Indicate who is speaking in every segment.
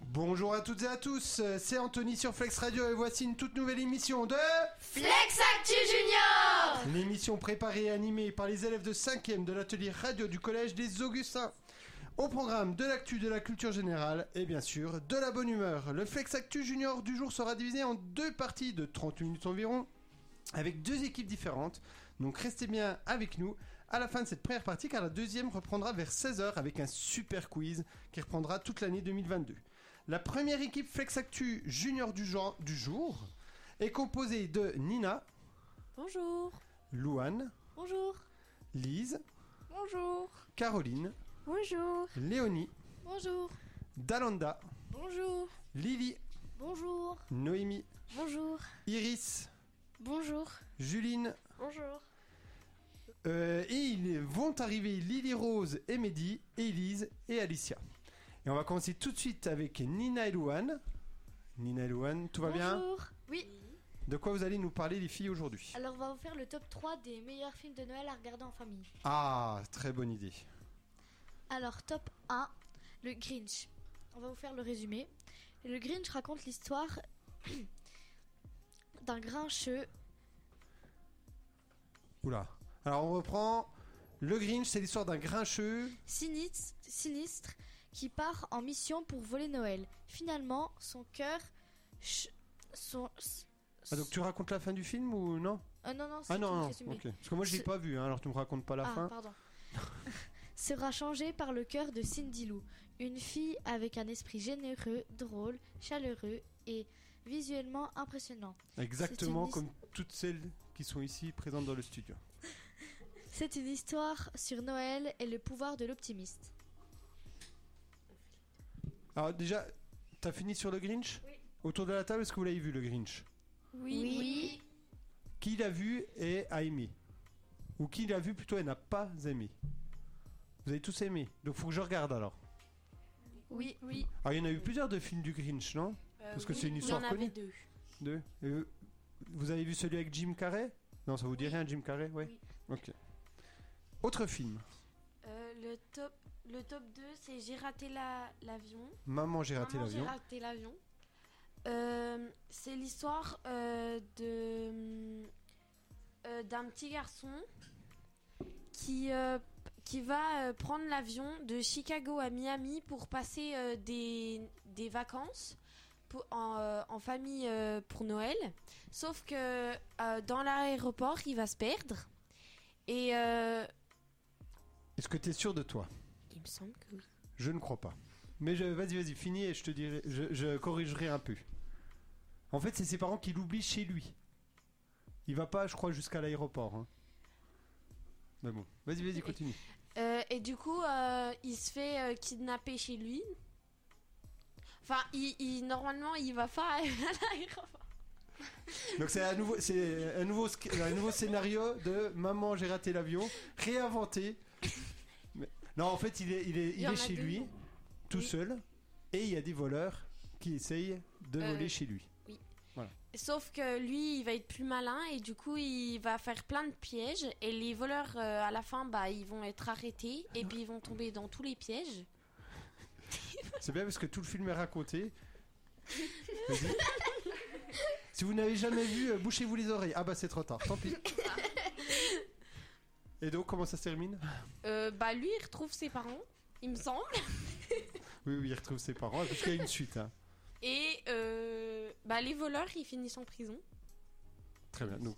Speaker 1: Bonjour à toutes et à tous, euh, c'est Anthony sur Flex Radio et voici une toute nouvelle émission de
Speaker 2: Flex Actu Junior
Speaker 1: L'émission préparée et animée par les élèves de 5e de l'atelier radio du collège des Augustins. Au programme de l'actu de la culture générale et bien sûr de la bonne humeur. Le Flex Actu Junior du jour sera divisé en deux parties de 30 minutes environ avec deux équipes différentes. Donc restez bien avec nous à la fin de cette première partie car la deuxième reprendra vers 16h avec un super quiz qui reprendra toute l'année 2022. La première équipe Flex Actu Junior du, genre- du jour est composée de Nina,
Speaker 3: Bonjour.
Speaker 1: Louane,
Speaker 3: Bonjour.
Speaker 1: Lise,
Speaker 3: Bonjour.
Speaker 1: Caroline,
Speaker 3: Bonjour.
Speaker 1: Léonie,
Speaker 3: Bonjour.
Speaker 1: Dalanda,
Speaker 3: Bonjour.
Speaker 1: Lily,
Speaker 3: Bonjour.
Speaker 1: Noémie,
Speaker 3: Bonjour.
Speaker 1: Iris,
Speaker 3: Bonjour.
Speaker 1: Juline,
Speaker 3: Bonjour.
Speaker 1: Euh, et ils vont arriver Lily Rose et Mehdi, Elise et Alicia. Et on va commencer tout de suite avec Nina et Louane. Nina et Louane, tout va bien
Speaker 3: Bonjour.
Speaker 4: Oui,
Speaker 1: De quoi vous allez nous parler les filles aujourd'hui
Speaker 4: alors on va vous faire le top 3 des meilleurs films de Noël à regarder en famille.
Speaker 1: Ah, très bonne idée.
Speaker 4: Alors top 1, le Grinch. On va vous faire le résumé. Le Grinch raconte l'histoire d'un grincheux.
Speaker 1: Oula. Alors on reprend. Le Grinch, c'est l'histoire d'un grincheux.
Speaker 4: sinistre, sinistre qui part en mission pour voler Noël. Finalement, son cœur... ch- son...
Speaker 1: Ah, donc tu racontes la fin du film ou non
Speaker 4: Euh, non, non, c'est
Speaker 1: Ah non,
Speaker 4: tout le
Speaker 1: non.
Speaker 4: résumé.
Speaker 1: ok. Parce que moi je l'ai
Speaker 4: Ce-
Speaker 1: pas vu, hein, alors tu me racontes pas la
Speaker 4: Ah,
Speaker 1: fin.
Speaker 4: pardon. sera changé par le cœur de Cindy Lou, une fille avec un esprit généreux, drôle, chaleureux et visuellement impressionnant.
Speaker 1: Exactement
Speaker 4: c'est une
Speaker 1: comme toutes celles qui sont ici présentes dans le studio.
Speaker 4: C'est une histoire sur Noël et le pouvoir de l'optimiste.
Speaker 1: Alors déjà, t'as fini sur le Grinch
Speaker 4: Oui.
Speaker 1: Autour de la table, est-ce que vous l'avez vu le Grinch
Speaker 3: Oui.
Speaker 2: Oui.
Speaker 1: qui l'a vu et a aimé. Ou qui l'a vu plutôt et n'a pas aimé. Vous avez tous aimé. Donc faut que je regarde alors.
Speaker 3: Oui.
Speaker 1: Alors il y en a eu plusieurs de films du Grinch, non
Speaker 4: Euh,
Speaker 1: Parce que c'est une histoire
Speaker 3: Il y en avait
Speaker 1: connue.
Speaker 3: deux.
Speaker 1: Deux. Et vous- vous avez vu celui avec Jim Carrey Non, ça vous dit rien Jim Carrey Ouais.
Speaker 3: Oui.
Speaker 1: Ok. Autre film.
Speaker 3: Euh, le top le top 2 c'est j'ai raté la- l'avion.
Speaker 1: Maman, j'ai raté
Speaker 3: Maman, j'ai
Speaker 1: l'avion.
Speaker 3: raté l'avion. Euh, c'est l'histoire euh, de euh, d'un petit garçon qui euh, qui va euh, prendre l'avion de Chicago à Miami pour passer euh, des, des vacances pour- en, euh, en famille euh, pour Noël. Sauf que euh, dans l'aéroport, il va se perdre. Et euh,
Speaker 1: Est-ce que t'es sûr de toi
Speaker 3: il me semble que oui.
Speaker 1: Je ne crois pas. Mais je- vas-y, vas-y, finis et je te dirai, je, je corrigerai un peu. En fait, c'est ses parents qui l'oublient chez lui. Il va pas, je crois, jusqu'à l'aéroport. hein. Mais bon, vas-y, vas-y, continue.
Speaker 3: Euh, et du coup, euh, il se fait euh, kidnapper chez lui. Enfin, il, il- normalement, il va pas à l'aéroport.
Speaker 1: Donc c'est un nouveau, c'est un nouveau, sc- un nouveau scénario de Maman, j'ai raté l'avion, réinventé. Mais- non, en fait, il est, il est, il
Speaker 3: y en
Speaker 1: est
Speaker 3: a
Speaker 1: chez
Speaker 3: deux,
Speaker 1: lui,
Speaker 3: non
Speaker 1: tout
Speaker 3: Oui.
Speaker 1: seul, et il y a des voleurs qui essayent de
Speaker 3: Euh,
Speaker 1: voler chez lui.
Speaker 3: Sauf que lui, il va être plus malin et du coup, il va faire plein de pièges. Et les voleurs, euh, à la fin, bah, ils vont être arrêtés et puis ils vont tomber dans tous les pièges.
Speaker 1: C'est bien parce que tout le film est raconté. Vas-y. si vous n'avez jamais vu, euh, bouchez-vous les oreilles. Ah bah c'est trop tard, tant pis. Et donc comment ça se termine
Speaker 3: Euh, bah, lui, il retrouve ses parents, il me semble.
Speaker 1: Oui, oui, il retrouve ses parents, parce qu'il y a une suite. hein.
Speaker 3: Et euh, bah, les voleurs, ils finissent en prison.
Speaker 1: Très bien. donc.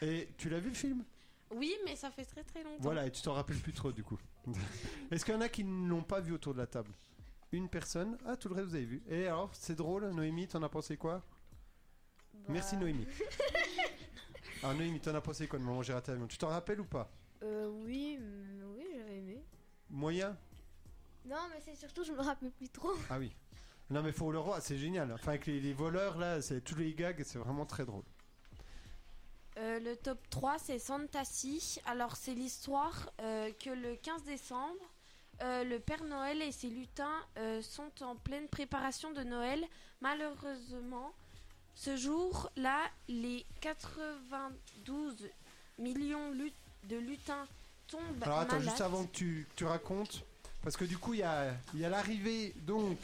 Speaker 1: Et tu l'as vu le film
Speaker 3: Oui, mais ça fait très très longtemps.
Speaker 1: Voilà, et tu t'en rappelles plus trop du coup. Est-ce qu'il y en a qui ne l'ont pas vu autour de la table Une personne Ah, tout le reste vous avez vu. Et alors, c'est drôle, Noémie, t'en as pensé quoi Merci Noémie. Alors Noémie, t'en as pensé quoi de moment où j'ai raté l'avion Tu t'en rappelles ou pas
Speaker 5: Euh, oui, mm, oui, j'avais aimé.
Speaker 1: Moyen
Speaker 5: Non, mais c'est surtout, je me rappelle plus trop.
Speaker 1: Ah oui. Non mais faut le roi, c'est génial. Enfin avec les, les voleurs là, c'est tous les gags, c'est vraiment très drôle.
Speaker 3: Euh, le top 3, c'est Santasi. Alors, c'est l'histoire euh, que le 15 décembre, euh, le Père Noël et ses lutins euh, sont en pleine préparation de Noël. Malheureusement, ce jour-là, les 92 millions lut- de lutins tombent
Speaker 1: Alors attends,
Speaker 3: malades.
Speaker 1: juste avant que tu, que tu racontes, Parce que du coup, il y a, il y a l'arrivée donc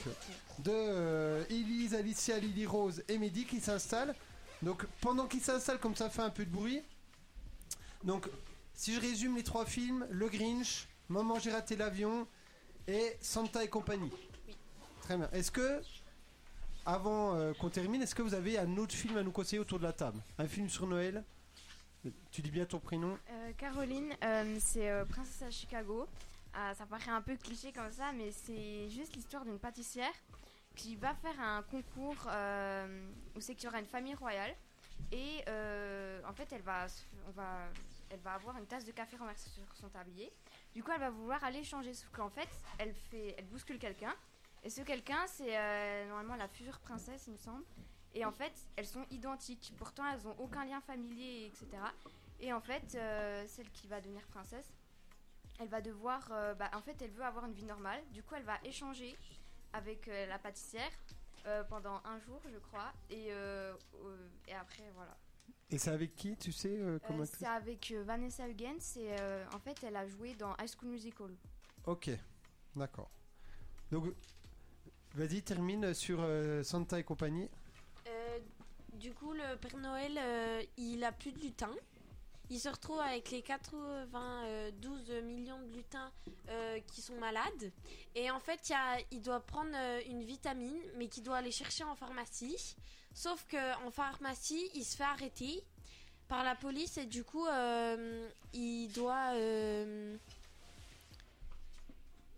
Speaker 1: de euh, Elise, Alicia, Lily Rose et Mehdi qui s'installent. Donc pendant qu'ils s'installent, comme ça fait un peu de bruit. Donc, si je résume les trois films, Le Grinch, Maman j'ai raté l'avion et Santa et compagnie. Très bien. Est-ce que, avant euh, qu'on termine, est-ce que vous avez un autre film à nous conseiller autour de la table Un film sur Noël Tu dis bien ton prénom
Speaker 6: Euh, Caroline, euh, c'est euh, Princesse à Chicago. Ah, ça paraît un peu cliché comme ça, mais c'est juste l'histoire d'une pâtissière qui va faire un concours euh, où c'est qu'il y aura une famille royale. Et euh, en fait, elle va, se- on va, elle va avoir une tasse de café renversée sur son tablier. Du coup, elle va vouloir aller changer, sauf qu'en fait, elle, fait, elle bouscule quelqu'un. Et ce quelqu'un, c'est euh, normalement la future princesse, il me semble. Et en fait, elles sont identiques. Pourtant, elles n'ont aucun lien familier, etc. Et en fait, euh, celle qui va devenir princesse, elle va devoir. euh, bah, en fait, elle veut avoir une vie normale. Du coup, elle va échanger avec euh, la pâtissière euh, pendant un jour, je crois. Et, euh, euh, et après, voilà.
Speaker 1: Et c'est avec qui, tu sais euh,
Speaker 6: Euh,
Speaker 1: comme actrice
Speaker 6: c'est avec euh, Vanessa Hudgens. Et euh, en fait, elle a joué dans High School Musical.
Speaker 1: Ok, d'accord. Donc, vas-y, termine sur euh, Santa et compagnie.
Speaker 3: Euh, du coup, le Père Noël, euh, il a plus de lutins. Il se retrouve avec les 92 millions de lutins euh, qui sont malades. Et en fait, il y a- il doit prendre euh, une vitamine, mais qu'il doit aller chercher en pharmacie. Sauf qu'en pharmacie, il se fait arrêter par la police et du coup, euh, il doit... euh,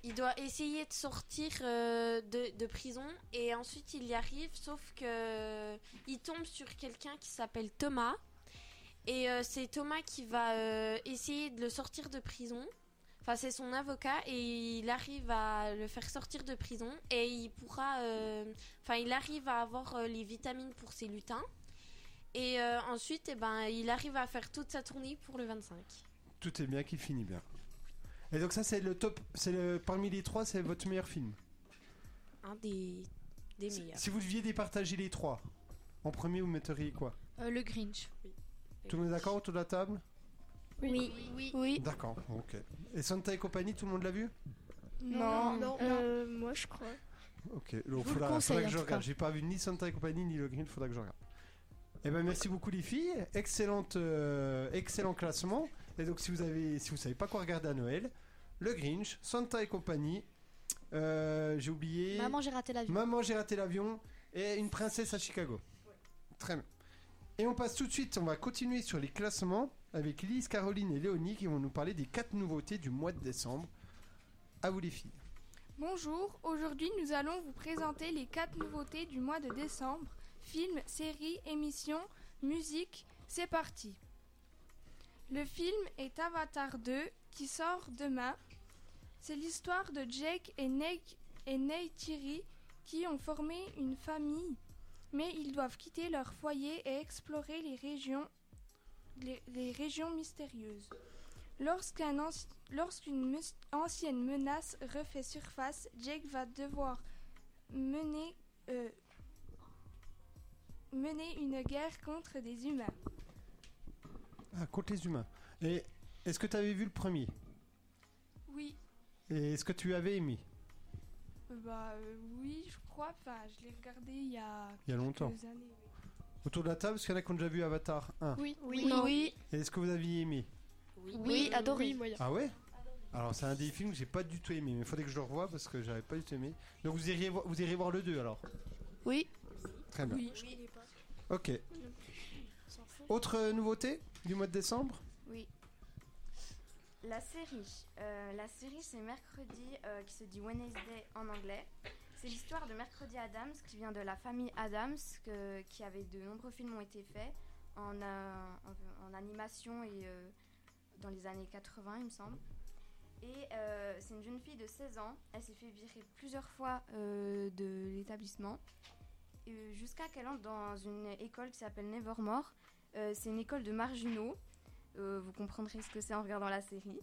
Speaker 3: il doit essayer de sortir euh, de, de prison et ensuite il y arrive, sauf que il tombe sur quelqu'un qui s'appelle Thomas. Et euh, c'est Thomas qui va euh, essayer de le sortir de prison. Enfin, c'est son avocat et il arrive à le faire sortir de prison et il pourra. euh, Enfin, il arrive à avoir euh, les vitamines pour ses lutins. Et euh, ensuite, eh ben, il arrive à faire toute sa tournée pour le 25.
Speaker 1: Tout est bien qui finit bien. Et donc ça, c'est le top, c'est le, parmi les trois, c'est votre meilleur film.
Speaker 3: Un des, des
Speaker 1: Si-
Speaker 3: meilleurs.
Speaker 1: Si vous deviez départager les trois, en premier, vous metteriez quoi
Speaker 4: Euh, le Grinch.
Speaker 1: Tout le monde est d'accord autour de la table
Speaker 4: Oui.
Speaker 5: Oui.
Speaker 4: Oui.
Speaker 1: D'accord, ok. Et Santa et compagnie, tout le monde l'a vu
Speaker 5: Non. Non.
Speaker 4: Euh, moi, je crois.
Speaker 1: Ok, donc
Speaker 4: vous le
Speaker 1: faudra,
Speaker 4: conseille, en
Speaker 1: faudra que je
Speaker 4: tout cas.
Speaker 1: regarde. J'ai pas vu ni Santa et compagnie ni le Green, faudra que je regarde. Eh ben merci beaucoup les filles, excellente, euh, excellent classement. Et donc si vous avez, si vous savez pas quoi regarder à Noël, le Grinch, Santa et compagnie, euh, j'ai oublié.
Speaker 4: Maman, j'ai raté la vie.
Speaker 1: Maman, j'ai raté l'avion et une princesse à Chicago. Très bien. Et on passe tout de suite, on va continuer sur les classements avec Lise, Caroline et Léonie qui vont nous parler des quatre nouveautés du mois de décembre. À vous les filles.
Speaker 7: Bonjour, aujourd'hui nous allons vous présenter les quatre nouveautés du mois de décembre. Films, séries, émissions, musique, c'est parti. Le film est Avatar 2 qui sort demain. C'est l'histoire de Jake et Nate, et Neytiri qui ont formé une famille, mais ils doivent quitter leur foyer et explorer les régions, les- les régions mystérieuses. Lorsqu'un anci- Lorsqu'une mus- ancienne menace refait surface, Jake va devoir mener, euh, mener une guerre contre des humains.
Speaker 1: Ah, contre les humains. Et est-ce que tu avais vu le premier
Speaker 7: Oui,
Speaker 1: Et est-ce que tu avais aimé
Speaker 7: euh, bah euh, oui, je crois. Enfin, je l'ai regardé il y a
Speaker 1: Il y a longtemps.
Speaker 7: quelques années. oui.
Speaker 1: Autour de la table, parce qu'il y en a qui ont déjà vu Avatar 1.
Speaker 4: Oui.
Speaker 5: Oui.
Speaker 4: Oui.
Speaker 1: Et est-ce que vous aviez aimé
Speaker 5: Oui, adoré.
Speaker 1: Ah ouais Alors c'est un des films que j'ai pas du tout aimé, mais il faudrait que je le revoie parce que j'avais pas du tout aimé. Donc vous irez, vo- vous irez voir le 2 alors
Speaker 4: Oui.
Speaker 1: Très bien.
Speaker 7: Oui.
Speaker 1: Ok. Autre euh, nouveauté du mois de décembre
Speaker 6: La série. Euh, la série, c'est mercredi, euh, qui se dit Wednesday en anglais. C'est l'histoire de Mercredi Adams, qui vient de la famille Adams, que- qui avait de nombreux films ont été faits en, euh, en- en animation et euh, dans les années 80, il me semble. Et euh, c'est une jeune fille de 16 ans. Elle s'est fait virer plusieurs fois euh, de l'établissement euh, jusqu'à qu'elle entre dans une école qui s'appelle Nevermore. Euh, c'est une école de marginaux. Euh, vous comprendrez ce que c'est en regardant la série.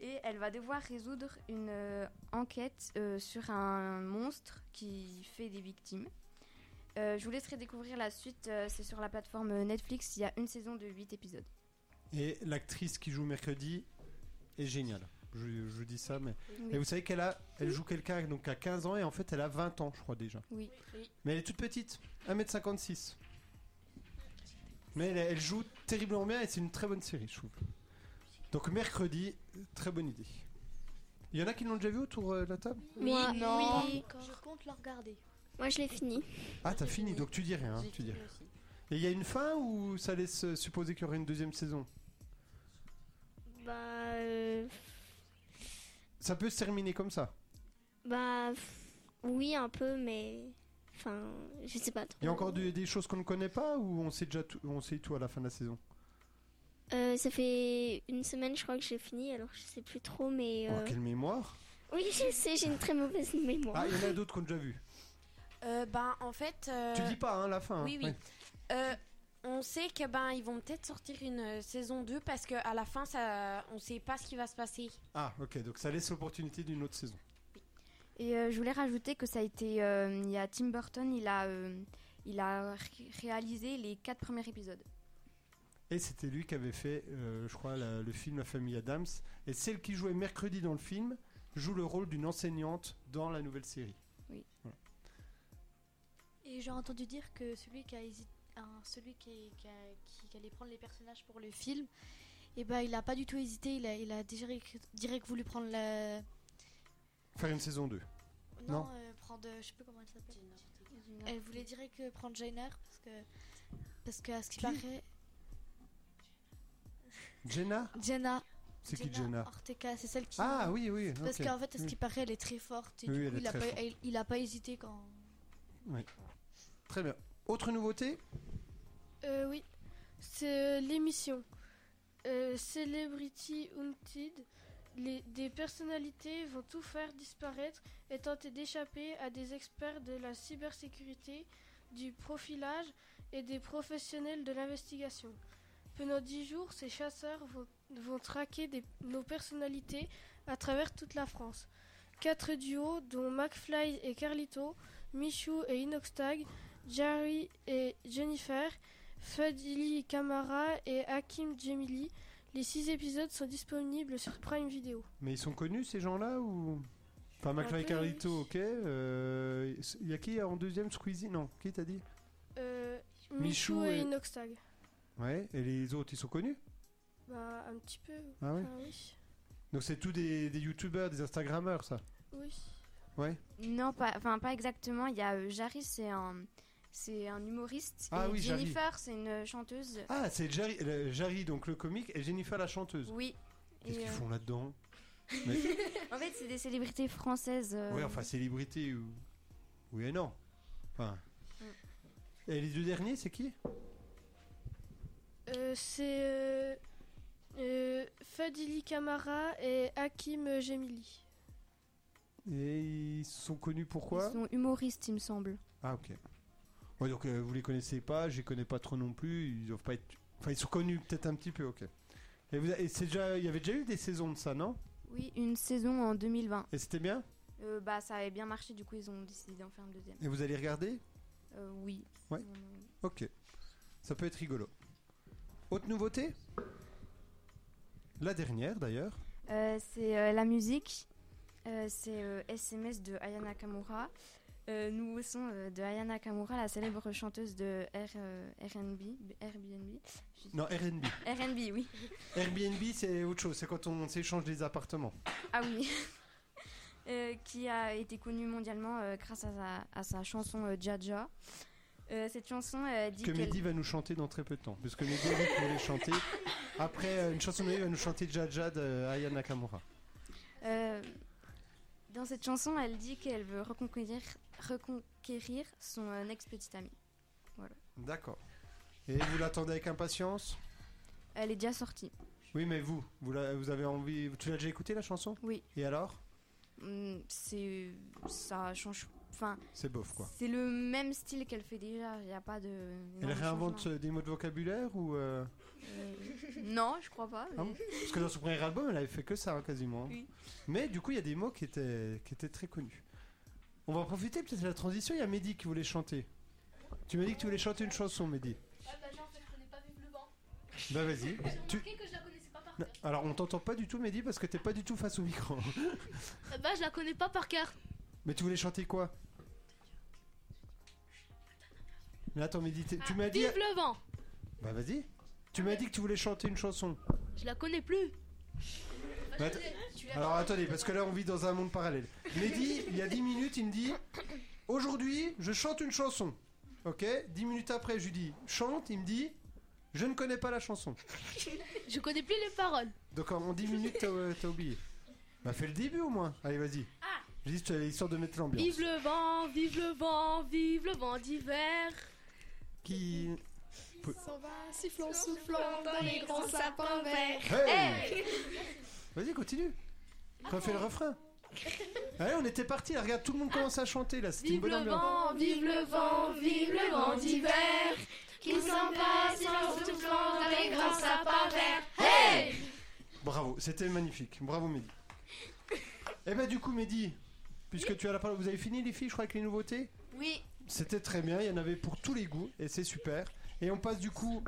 Speaker 6: Et elle va devoir résoudre une euh, enquête euh, sur un monstre qui fait des victimes. Euh, je vous laisserai découvrir la suite, euh, c'est sur la plateforme Netflix, il y a une saison de 8 épisodes.
Speaker 1: Et l'actrice qui joue mercredi est géniale. Je, je vous dis ça, mais.
Speaker 6: Oui.
Speaker 1: Et vous savez qu'elle a, elle joue quelqu'un donc à 15 ans et en fait elle a 20 ans, je crois déjà.
Speaker 6: Oui.
Speaker 1: Mais elle est toute petite, 1m56. Mais elle, elle joue terriblement bien et c'est une très bonne série, je trouve. Donc mercredi, très bonne idée. Il y en a qui l'ont déjà vu autour euh, de la table
Speaker 8: Moi, non.
Speaker 9: Oui, je compte le regarder.
Speaker 8: Moi, je l'ai fini.
Speaker 1: Ah, t'as fini, donc tu dis rien. hein, tu dis rien. Et il y a une fin ou ça laisse euh, supposer qu'il y aurait une deuxième saison
Speaker 8: Bah, euh,
Speaker 1: Ça peut se terminer comme ça.
Speaker 8: bah, pff, oui, un peu, mais. Enfin, je sais pas trop.
Speaker 1: Il y a encore des, des choses qu'on ne connaît pas ou on sait déjà tout, on sait tout à la fin de la saison
Speaker 8: Euh, ça fait une semaine, je crois que j'ai fini, alors je sais plus trop, mais.
Speaker 1: Oh,
Speaker 8: euh,
Speaker 1: quelle mémoire
Speaker 8: Oui, je sais, j'ai une très mauvaise mémoire.
Speaker 1: Ah, il y en a d'autres qu'on a déjà vu.
Speaker 3: Euh, ben, en fait. euh,
Speaker 1: Tu dis pas, hein, la fin. hein.
Speaker 3: Oui, oui.
Speaker 1: Ouais.
Speaker 3: Euh, on sait que ben ils vont peut-être sortir une euh, saison 2 parce que à la fin ça on sait pas ce qui va se passer.
Speaker 1: Ah, ok, donc ça laisse l'opportunité d'une autre saison.
Speaker 6: Et euh, je voulais rajouter que ça a été. euh, il y a Tim Burton, il a, euh, il a ré- réalisé les quatre premiers épisodes.
Speaker 1: Et c'était lui qui avait fait, euh, je crois, la- le film La famille Adams. Et celle qui jouait mercredi dans le film joue le rôle d'une enseignante dans la nouvelle série.
Speaker 9: Et j'ai entendu dire que celui qui a hési- hein, celui qui, qui a- qui- qui allait prendre les personnages pour le film, et ben il a pas du tout hésité, il a, il a déjà ré- direct voulu prendre la
Speaker 1: Faire une saison 2.
Speaker 9: non,
Speaker 1: Non.
Speaker 9: euh, prendre euh, je sais plus comment elle s'appelle. Elle voulait direct euh, prendre Jenner parce que parce que à ce qui paraît
Speaker 1: Jenna
Speaker 9: Jenna
Speaker 1: C'est qui Jenna
Speaker 9: Ortega, c'est celle qui
Speaker 1: Ah, oui, oui.
Speaker 9: parce
Speaker 1: ok.
Speaker 9: qu'en fait, à ce
Speaker 1: Oui.
Speaker 9: qui paraît, elle est très forte. Et
Speaker 1: Oui,
Speaker 9: du
Speaker 1: elle
Speaker 9: coup,
Speaker 1: est
Speaker 9: il a,
Speaker 1: très
Speaker 9: pas,
Speaker 1: forte.
Speaker 9: il- il a pas hésité quand.
Speaker 1: Très bien. Autre nouveauté
Speaker 10: Euh, oui, c'est euh, l'émission euh, Celebrity Hunted. Les, des personnalités vont tout faire disparaître et tenter d'échapper à des experts de la cybersécurité, du profilage et des professionnels de l'investigation. Pendant dix jours, ces chasseurs vont, vont traquer des- nos personnalités à travers toute la France. Quatre duos, dont McFly et Carlito, Michou et Inoxtag, Jerry et Jennifer, Fadili Kamara et Hakim Djemili. Les six épisodes sont disponibles sur Prime Video.
Speaker 1: Mais ils sont connus ces gens-là ou Enfin, McFly
Speaker 10: Un
Speaker 1: et
Speaker 10: peu,
Speaker 1: Carlito, ok. euh, Il y a qui en deuxième Squeezie Non, qui t'as dit
Speaker 10: Euh,
Speaker 1: Michou
Speaker 10: Michou, et,
Speaker 1: et-
Speaker 10: Inoxtag.
Speaker 1: Ouais, et les autres, ils sont connus
Speaker 10: Bah, un petit peu.
Speaker 1: Ah ouais
Speaker 10: Enfin, oui.
Speaker 1: Donc c'est tous des, des youtubeurs, des instagrammeurs, ça
Speaker 10: Oui.
Speaker 1: Ouais
Speaker 6: Non, pas, enfin, pas exactement. Il y a euh, Jarry, c'est un, c'est un humoriste.
Speaker 1: Ah
Speaker 6: et
Speaker 1: oui, Jarry.
Speaker 6: Jennifer, c'est une euh, chanteuse.
Speaker 1: Ah, c'est Jerry, le- Jarry, donc le comique, et Jennifer la chanteuse.
Speaker 6: Oui.
Speaker 1: Qu'est-ce
Speaker 6: Et,
Speaker 1: qu'ils
Speaker 6: euh,
Speaker 1: font là-dedans Mais-
Speaker 6: en fait, c'est des célébrités françaises. euh,
Speaker 1: Oui, enfin, célébrité ou. Oui et non. Enfin.
Speaker 6: Mm.
Speaker 1: Et les deux derniers, c'est qui
Speaker 10: Euh, c'est euh, euh, Fadili Kamara et Hakim Djemili.
Speaker 1: Et ils sont connus pourquoi
Speaker 6: Ils sont humoristes, il me semble.
Speaker 1: Ah, ok. Ouais, donc euh, vous les connaissez pas, je les connais pas trop non plus, ils doivent pas être. Enfin, ils sont connus peut-être un petit peu, ok. Et, vous- et c'est déjà, il y avait déjà eu des saisons de ça, non
Speaker 6: Oui, une saison en 2020.
Speaker 1: Et c'était bien
Speaker 6: Euh, bah, ça avait bien marché, du coup, ils ont décidé d'en faire une deuxième.
Speaker 1: Et vous allez regarder
Speaker 6: Euh, oui.
Speaker 1: Ouais. Ok. Ça peut être rigolo. Autre nouveauté La dernière d'ailleurs.
Speaker 6: Euh, c'est euh, la musique. Euh, c'est euh, SMS de Ayana Kamura. Euh, nouveau son euh, de Ayana Kamura, la célèbre chanteuse de R, euh, RNB. B- Airbnb. Je dis-
Speaker 1: Non, Airbnb.
Speaker 6: RNB, oui.
Speaker 1: Airbnb, c'est autre chose. C'est quand on s'échange des appartements.
Speaker 6: Ah oui. Euh, qui a été connue mondialement euh, grâce à sa, à sa chanson euh, Jaja. Euh, cette chanson euh, dit
Speaker 1: Que
Speaker 6: qu'elle-
Speaker 1: Mehdi va nous chanter dans très peu de temps. Parce que Mehdi a dit qu'il voulait chanter. Après, euh, une chanson de Mehdi va nous chanter Jaja de Aya Nakamura.
Speaker 6: Euh, dans cette chanson, elle dit qu'elle veut reconquérir, reconquérir son euh, ex-petit ami.
Speaker 1: D'accord. Et vous l'attendez avec impatience
Speaker 6: Elle est déjà sortie.
Speaker 1: Oui, mais vous, vous, la- vous avez envie. Tu l'as déjà écouté la chanson
Speaker 6: Oui.
Speaker 1: Et alors
Speaker 6: Hmm, c'est ça change enfin
Speaker 1: C'est bof quoi.
Speaker 6: c'est le même style qu'elle fait déjà il n'y a pas de énorme
Speaker 1: Elle réinvente
Speaker 6: changement.
Speaker 1: euh, des mots de vocabulaire ou. euh,
Speaker 6: Euh, non je crois pas
Speaker 1: Ah
Speaker 6: mais-
Speaker 1: bon Parce que dans son premier album, elle avait fait que ça hein, quasiment.
Speaker 6: Oui.
Speaker 1: Mais du coup, il y a des mots qui étaient, qui étaient très connus. On va en profiter peut-être de la transition. Il y a Mehdi qui voulait chanter. Tu m'as dit que tu voulais chanter une chanson, Mehdi.
Speaker 11: Ouais, bah non, en fait, je connais pas Vive le vent.
Speaker 1: Bah vas-y.
Speaker 11: J'ai
Speaker 1: Tu-
Speaker 11: remarqué que je la connaissais pas par
Speaker 1: Alors on t'entend pas du tout, Mehdi, parce que t'es pas du tout face au micro.
Speaker 3: Bah, je la connais pas par cœur.
Speaker 1: Mais tu voulais chanter quoi Mais attends, Mehdi, t'es-
Speaker 9: Ah,
Speaker 1: tu m'as dit.
Speaker 3: Vive le vent
Speaker 1: Bah vas-y. Tu m'as dit que tu voulais chanter une chanson.
Speaker 3: Je la connais plus.
Speaker 1: Bah, att- Alors attendez, parce que là on vit dans un monde parallèle. Mehdi, il y a 10 minutes, il me dit Aujourd'hui, je chante une chanson. Ok 10 minutes après, je lui dis Chante, il me dit Je ne connais pas la chanson.
Speaker 3: Je connais plus les paroles.
Speaker 1: Donc en en 10 minutes, t'as euh, t'as oublié. Bah fais le début au moins. Allez, vas-y.
Speaker 10: Ah.
Speaker 1: J'ai dit histoire de mettre l'ambiance.
Speaker 3: Vive le vent, vive le vent, vive le vent d'hiver.
Speaker 1: Qui. Pou-
Speaker 3: S'en va sifflant,
Speaker 10: soufflant dans les grands sapins verts.
Speaker 1: Hey Vas-y, continue.
Speaker 10: Ah
Speaker 1: Refais le refrain. Allez, on était parti. là, Regarde, tout le monde commence à chanter là. C'était une
Speaker 10: Vive
Speaker 1: bonne
Speaker 10: le
Speaker 1: ambiance.
Speaker 10: vent, vive le vent, vive le vent d'hiver Qui s'en va sifflant, soufflant dans les grands sapins verts Hey
Speaker 1: Bravo, c'était magnifique. Bravo Mehdi. Eh ben du coup Mehdi, puisque tu as la parole, vous avez fini les filles, je crois avec les nouveautés
Speaker 12: Oui.
Speaker 1: C'était très bien, il y en avait pour tous les goûts et c'est super. Et on passe du coup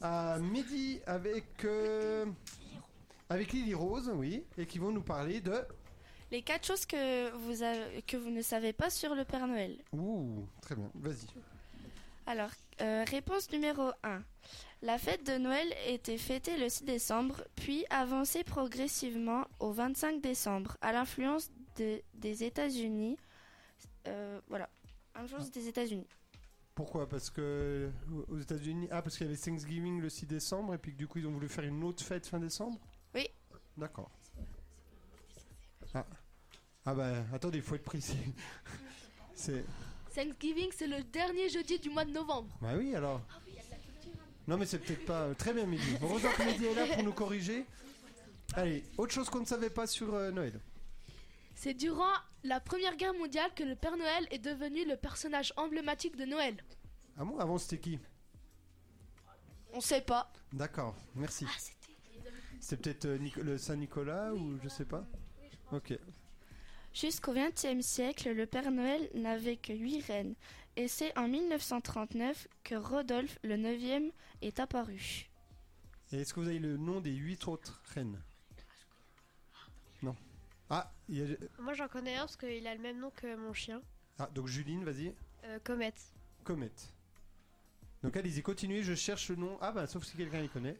Speaker 1: à Mehdi avec euh, avec Lily Rose, oui, et qui vont nous parler de
Speaker 9: Les quatre choses que vous, avez- que vous ne savez pas sur le Père Noël.
Speaker 1: Ouh, très bien. Vas-y.
Speaker 9: Alors, euh, réponse numéro 1. La fête de Noël était fêtée le 6 décembre, puis avancée progressivement au 25 décembre, à l'influence de- des États-Unis. Euh, voilà, influence des États-Unis.
Speaker 1: Pourquoi Parce que euh, aux États-Unis, ah parce qu'il y avait Thanksgiving le 6 décembre et puis que du coup ils ont voulu faire une autre fête fin décembre
Speaker 9: Oui.
Speaker 1: D'accord. Ah. Ah bah attendez, il faut être précis. C'est
Speaker 3: Thanksgiving, c'est le dernier jeudi du mois de novembre.
Speaker 1: Bah oui, alors. Non, mais c'est peut-être pas. Très bien, Mehdi. Heureusement que Mehdi est là pour nous corriger. Allez, autre chose qu'on ne savait pas sur euh, Noël.
Speaker 3: C'est durant la Première Guerre mondiale que le Père Noël est devenu le personnage emblématique de Noël.
Speaker 1: Ah bon Avant, c'était qui
Speaker 3: On sait pas.
Speaker 1: D'accord, merci. C'était peut-être euh, Nico- le Saint-Nicolas ou je sais pas Ok.
Speaker 9: Jusqu'au XXe siècle, le Père Noël n'avait que huit reines, et c'est en 1939 que Rodolphe le neuvième est apparu.
Speaker 1: Et est-ce que vous avez le nom des huit autres reines Non. Ah, il y a-
Speaker 13: Moi j'en connais un parce qu'il a le même nom que mon chien,
Speaker 1: ah, donc Juline, vas-y.
Speaker 13: euh, Comet.
Speaker 1: Comet. Donc allez-y, continuez, je cherche le nom. Ah bah, sauf si quelqu'un les connaît.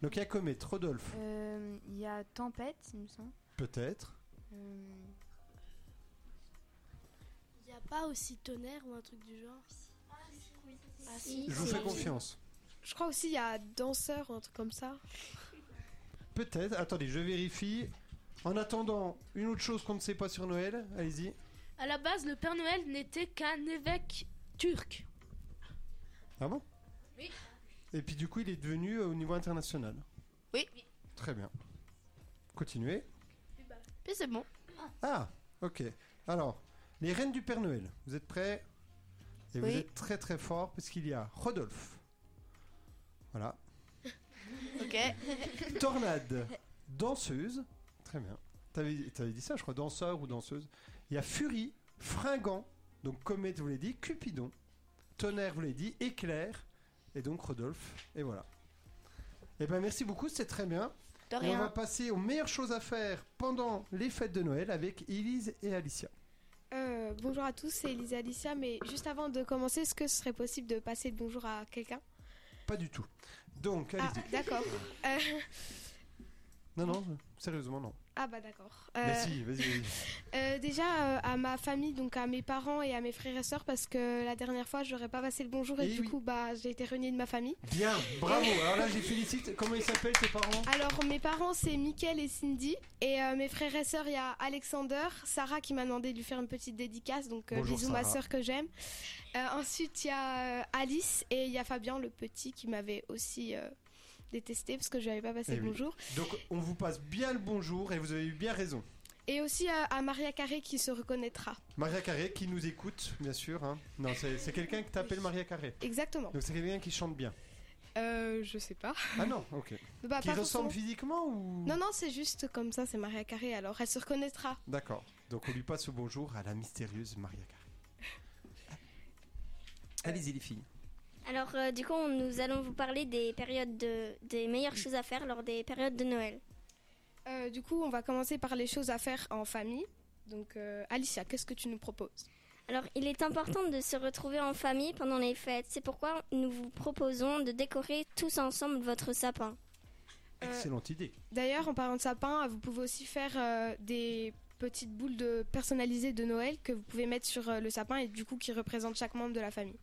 Speaker 1: Donc il y a Comet, Rodolphe,
Speaker 6: Euh, Il y a Tempête, il me semble.
Speaker 1: peut-être.
Speaker 6: Euh,
Speaker 10: Il n'y a pas aussi tonnerre ou un truc du genre Ah si.
Speaker 1: Je vous fais
Speaker 10: Si.
Speaker 1: confiance.
Speaker 10: Je crois aussi il y a danseur ou un truc comme ça.
Speaker 1: Peut-être. Attendez, je vérifie. En attendant, une autre chose qu'on ne sait pas sur Noël, allez-y.
Speaker 3: À la base, le Père Noël n'était qu'un évêque turc.
Speaker 1: Ah bon
Speaker 3: Oui.
Speaker 1: Et puis du coup, il est devenu euh, au niveau international.
Speaker 9: Oui.
Speaker 1: Très bien. Continuez.
Speaker 9: Puis c'est bon.
Speaker 1: Ah, ok. Alors, les reines du Père Noël, vous êtes prêts Et
Speaker 9: Oui.
Speaker 1: vous êtes très très fort parce qu'il y a Rodolphe. Voilà.
Speaker 9: Ok.
Speaker 1: Tornade, danseuse. Très bien. T'avais t'avais dit ça, je crois, danseur ou danseuse. Il y a Furie, fringant. Donc Comète, vous l'avez dit, Cupidon. Tonnerre, vous l'avez dit, Éclair. Et donc Rodolphe. Et voilà. Eh ben merci beaucoup, c'est très bien.
Speaker 9: De
Speaker 1: Et on
Speaker 9: rien.
Speaker 1: va passer aux meilleures choses à faire pendant les fêtes de Noël avec Elise et Alicia.
Speaker 10: Euh, bonjour à tous, c'est Elisa Alicia, mais juste avant de commencer, est-ce que ce serait possible de passer le bonjour à quelqu'un
Speaker 1: Pas du tout. Donc,
Speaker 10: Ah,
Speaker 1: allez-y.
Speaker 10: d'accord. Euh,
Speaker 1: Non, non, sérieusement, non.
Speaker 10: ah bah d'accord.
Speaker 1: Mais
Speaker 10: Euh,
Speaker 1: si, vas-y, vas-y.
Speaker 10: Euh, déjà euh, à ma famille, donc à mes parents et à mes frères et sœurs, parce que la dernière fois, j'aurais pas passé le bonjour et,
Speaker 1: Eh
Speaker 10: du
Speaker 1: oui.
Speaker 10: coup, bah, j'ai été reniée de ma famille.
Speaker 1: Bien, bravo. Alors là, je les félicite. Comment ils s'appellent tes parents
Speaker 10: Alors mes parents, c'est Mickaël et Cindy, et euh, mes frères et sœurs, il y a Alexander, Sarah qui m'a demandé de lui faire une petite dédicace, donc euh,
Speaker 1: Bonjour,
Speaker 10: bisous ma
Speaker 1: Sarah.
Speaker 10: sœur que j'aime. Euh, ensuite, il y a euh, Alice et il y a Fabien, le petit, qui m'avait aussi euh, détesté parce que je n'avais pas passé
Speaker 1: Eh
Speaker 10: le
Speaker 1: oui.
Speaker 10: Ah, bonjour.
Speaker 1: Donc, on vous passe bien le bonjour et vous avez eu bien raison.
Speaker 10: Et aussi euh, à Maria Carré qui se reconnaîtra.
Speaker 1: Maria Carré qui nous écoute, bien sûr. hein. Non, c'est c'est quelqu'un que t'appelles Maria Carré.
Speaker 10: Exactement.
Speaker 1: Donc, c'est quelqu'un qui chante bien.
Speaker 10: Euh, je sais pas.
Speaker 1: Ah non, ok.
Speaker 10: Bah,
Speaker 1: qui
Speaker 10: pas
Speaker 1: ressemble
Speaker 10: forcément.
Speaker 1: physiquement ou.
Speaker 10: Non, non, c'est juste comme ça, c'est Maria Carré, alors elle se reconnaîtra.
Speaker 1: D'accord. Donc, on lui passe le bonjour à la mystérieuse Maria Carré.
Speaker 10: Euh,
Speaker 1: Allez-y, les filles.
Speaker 8: Alors, euh, du coup, on- nous allons vous parler des périodes de, des meilleures choses à faire lors des périodes de Noël.
Speaker 10: Euh, du coup, on va commencer par les choses à faire en famille. Donc, euh, Alicia, qu'est-ce que tu nous proposes
Speaker 8: Alors, il est important de se retrouver en famille pendant les fêtes. C'est pourquoi nous vous proposons de décorer tous ensemble votre sapin.
Speaker 10: euh,
Speaker 1: Excellente idée.
Speaker 10: D'ailleurs, en parlant de sapin, vous pouvez aussi faire euh, des petites boules de personnalisées de Noël que vous pouvez mettre sur euh, le sapin et du coup qui représentent chaque membre de la famille.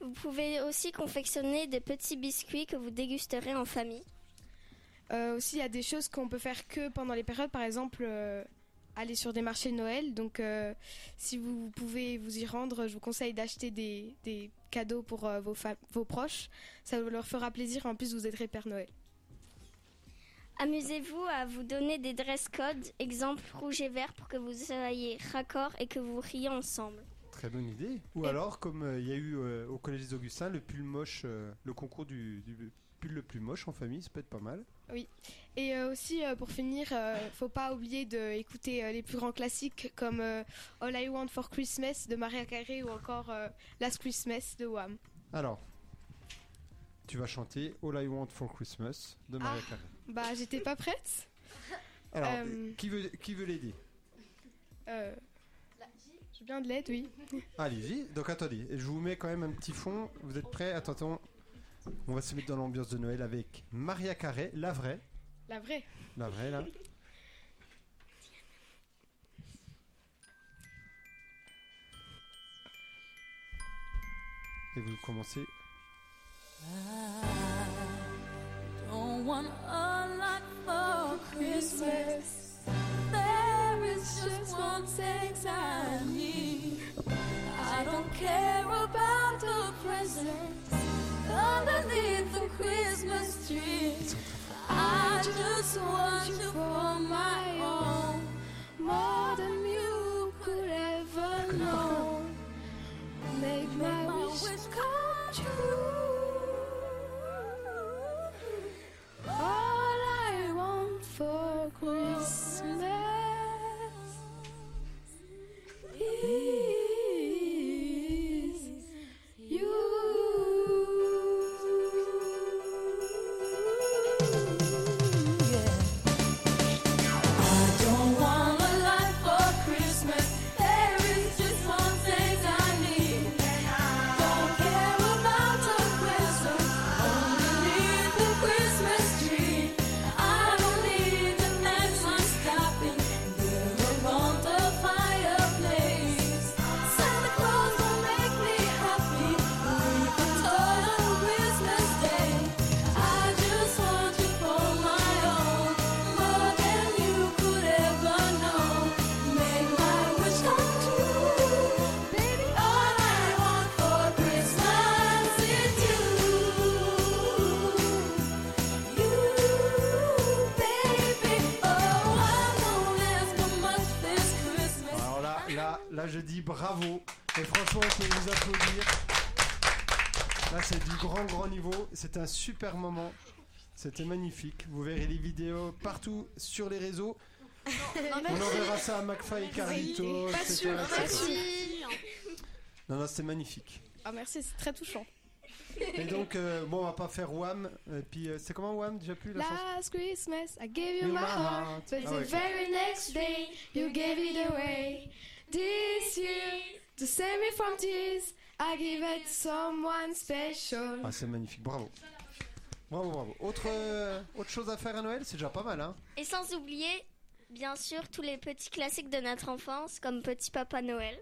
Speaker 8: Vous pouvez aussi confectionner des petits biscuits que vous dégusterez en famille.
Speaker 10: Euh, aussi, il y a des choses qu'on peut faire que pendant les périodes, par exemple euh, aller sur des marchés de Noël. Donc, euh, si vous pouvez vous y rendre, je vous conseille d'acheter des, des cadeaux pour euh, vos, fa- vos proches. Ça leur fera plaisir. En plus, vous aiderez Père Noël.
Speaker 8: Amusez-vous à vous donner des dress codes, exemple rouge et vert, pour que vous soyez raccord et que vous riez ensemble.
Speaker 1: Très bonne idée. Ou alors, comme euh, il y a eu euh, au Collège des Augustins, le pull moche, euh, le concours du, du pull le plus moche en famille, ça peut être pas mal.
Speaker 10: Oui. Et euh, aussi, euh, pour finir, euh, faut pas oublier d'écouter les plus grands classiques comme euh, All I Want for Christmas de Maria Carey ou encore euh, Last Christmas de Wham.
Speaker 1: Alors, tu vas chanter All I Want for Christmas de Maria Carey.
Speaker 10: Bah, j'étais pas prête.
Speaker 1: Alors,
Speaker 10: Euh,
Speaker 1: qui veut, qui veut l'aider
Speaker 10: Euh, J'ai bien de l'aide, oui.
Speaker 1: Allez-y. Donc attendez, je vous mets quand même un petit fond. Vous êtes prêts Attends, on va se mettre dans l'ambiance de Noël avec Maria Carré, la vraie.
Speaker 10: La vraie.
Speaker 1: La vraie là. Et vous commencez.
Speaker 5: Don't want a lot for Christmas. There is just one thing I need. I don't care about the presents underneath the Christmas tree. I just want you for my own, more than you could ever know. Make my wish come true. All I want for Christmas is Don't want a lot for Christmas. There is just one thing I need. Don't care about the present underneath the Christmas tree. I don't need the lights on stopping. Build around the fireplace. Santa Claus will make me happy. We can toy on Christmas Day. I just want you for my own. More than you could ever know. Make my wish come true. Baby, all I want for Christmas is you. You, baby. Oh, I don't ask for much this Christmas.
Speaker 1: Alors là, là, là, je dis bravo. Et franchement, on peut vous applaudir. Là, c'est du grand, grand niveau. C'était un super moment. C'était magnifique. Vous verrez les vidéos partout sur les réseaux. On enverra ça à McFly et Carlito.
Speaker 10: Pas
Speaker 1: etc.,
Speaker 10: sûr,
Speaker 1: etc.
Speaker 10: pas sûr.
Speaker 1: Non, non, c'était magnifique.
Speaker 10: Ah, merci, c'est très touchant.
Speaker 1: Et donc, euh, bon, on va pas faire Wham. Et puis, euh, c'est comment Wham Déjà plus la chanson
Speaker 10: Last Christmas, I gave
Speaker 1: You
Speaker 10: you my
Speaker 1: my
Speaker 10: heart,
Speaker 1: heart.
Speaker 10: but
Speaker 1: Ah ouais.
Speaker 10: the very next day, you gave it away. This year, to save me from tears, I give it to someone special.
Speaker 1: Ah, c'est magnifique. Bravo. Bravo, bravo. Autre, euh, autre chose à faire à Noël C'est déjà pas mal, hein
Speaker 8: Et sans oublier, bien sûr, tous les petits classiques de notre enfance, comme Petit Papa Noël.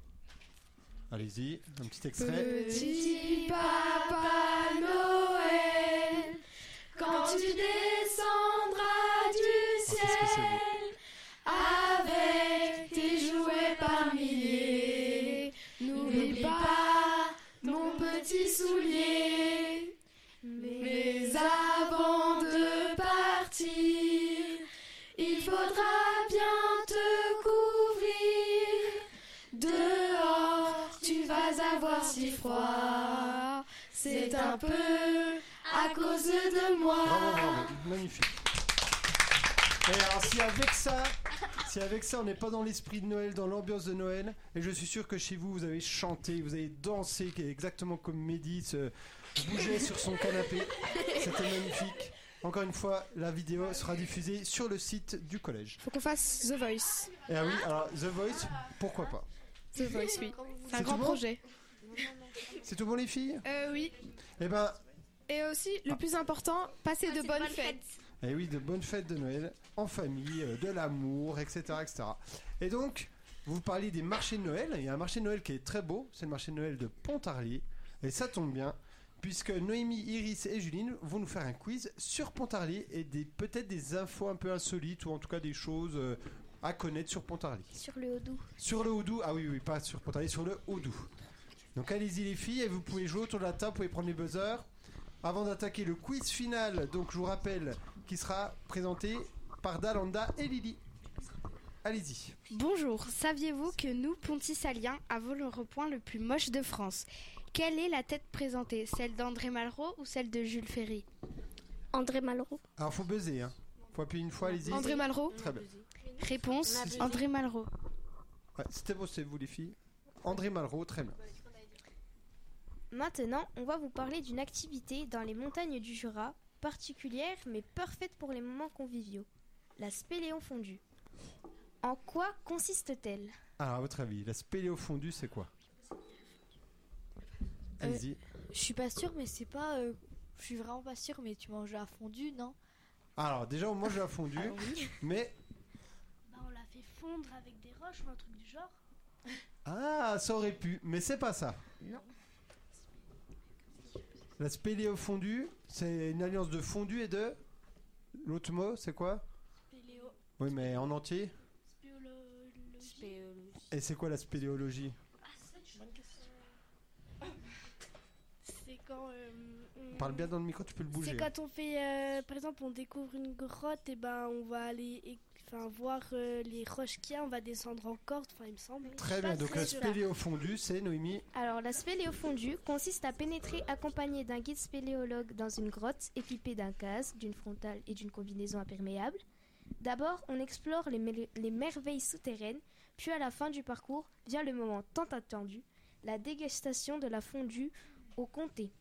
Speaker 1: Allez-y, un petit extrait.
Speaker 5: Petit Papa Noël, quand tu descendras du ciel, avec tes jouets par milliers, n'oublie pas mon petit soulier. Mais avant de partir, il faudra bien te couvrir. Dehors, tu vas avoir si froid. C'est un peu à cause de
Speaker 1: Bravo,
Speaker 5: moi.
Speaker 1: bravo, magnifique. Et alors, si avec ça, si avec ça, on n'est pas dans l'esprit de Noël, dans l'ambiance de Noël, et je suis sûr que chez vous, vous avez chanté, vous avez euh, dansé, qui est exactement comme Mehdi se bougeait sur son canapé. C'était magnifique. Encore une fois, la vidéo sera diffusée sur le site du collège.
Speaker 10: Faut qu'on fasse The Voice.
Speaker 1: Et ah oui, alors The Voice, pourquoi pas
Speaker 10: The Voice, oui. C'est un
Speaker 1: C'est
Speaker 10: grand
Speaker 1: tout bon
Speaker 10: projet.
Speaker 1: C'est tout bon les filles
Speaker 10: Euh, oui.
Speaker 1: Eh ben,
Speaker 10: Et aussi, le plus important,
Speaker 14: Ah,
Speaker 10: passer de bonnes fêtes.
Speaker 1: eh oui, de bonnes fêtes de Noël en famille, euh, de l'amour, etc., etc. Et donc, vous parliez des marchés de Noël. Il y a un marché de Noël qui est très beau, c'est le marché de Noël de Pontarlier. Et ça tombe bien, puisque Noémie, Iris et Juline vont nous faire un quiz sur Pontarlier et des peut-être des infos un peu insolites ou en tout cas des choses euh, à connaître sur Pontarlier.
Speaker 8: Sur le Houdou.
Speaker 1: Sur le Houdou, ah oui, oui, pas sur Pontarlier, sur le Houdou. Donc allez-y les filles, et vous pouvez jouer autour de la table, vous pouvez prendre les buzzers. Avant d'attaquer le quiz final, donc je vous rappelle, qui sera présenté par Dalanda et Lily. Allez-y.
Speaker 15: Bonjour, saviez-vous que nous, Pontisaliens, avons le repoint le plus moche de France Quelle est la tête présentée Celle d'André Malraux ou celle de Jules Ferry
Speaker 8: André Malraux.
Speaker 1: Alors faut buzzer, hein. Faut appuyer une fois, allez-y.
Speaker 15: André Malraux.
Speaker 1: Très bien.
Speaker 15: Réponse
Speaker 1: On a buzzé.
Speaker 15: André Malraux.
Speaker 1: Ouais, C'était beau, c'est vous les filles. André Malraux, très bien.
Speaker 16: Maintenant, on va vous parler d'une activité dans les montagnes du Jura, particulière mais parfaite pour les moments conviviaux, la spéléon fondue. En quoi consiste-t-elle
Speaker 1: Alors à votre avis, la spéléo fondue, c'est quoi Allez-y.
Speaker 9: Euh.
Speaker 17: Je suis pas sûre, mais c'est pas. euh, je suis vraiment pas sûre, mais tu manges la fondue, non
Speaker 1: Alors déjà, moi je la fondue,
Speaker 17: Ah oui.
Speaker 1: mais
Speaker 9: Bah, on l'a fait fondre avec des roches ou un truc du genre.
Speaker 1: ah, ça aurait pu, mais c'est pas ça.
Speaker 9: Non.
Speaker 1: La spéléo fondue, c'est une alliance de fondue et de l'autre mot, c'est quoi
Speaker 9: Spéléo.
Speaker 1: Oui, mais en entier.
Speaker 9: Spéolo-
Speaker 1: Et c'est quoi la spéléologie
Speaker 9: Ah, ça, je bonne question. C'est quand. euh, on-
Speaker 1: Parle bien dans le micro, tu peux le bouger.
Speaker 9: C'est quand on fait, euh, par exemple, on découvre une grotte, et ben on va aller et- enfin, voir euh, les roches qu'il y a, on va descendre en corde, enfin il me semble.
Speaker 1: Très bien, donc la spéléo fondue, c'est Noémie.
Speaker 16: Alors, la spéléo fondue consiste à pénétrer accompagné d'un guide spéléologue dans une grotte équipée d'un casque, d'une frontale et d'une combinaison imperméable. D'abord, on explore les, mele- les merveilles souterraines, puis à la fin du parcours vient le moment tant attendu, la dégustation de la fondue au comté.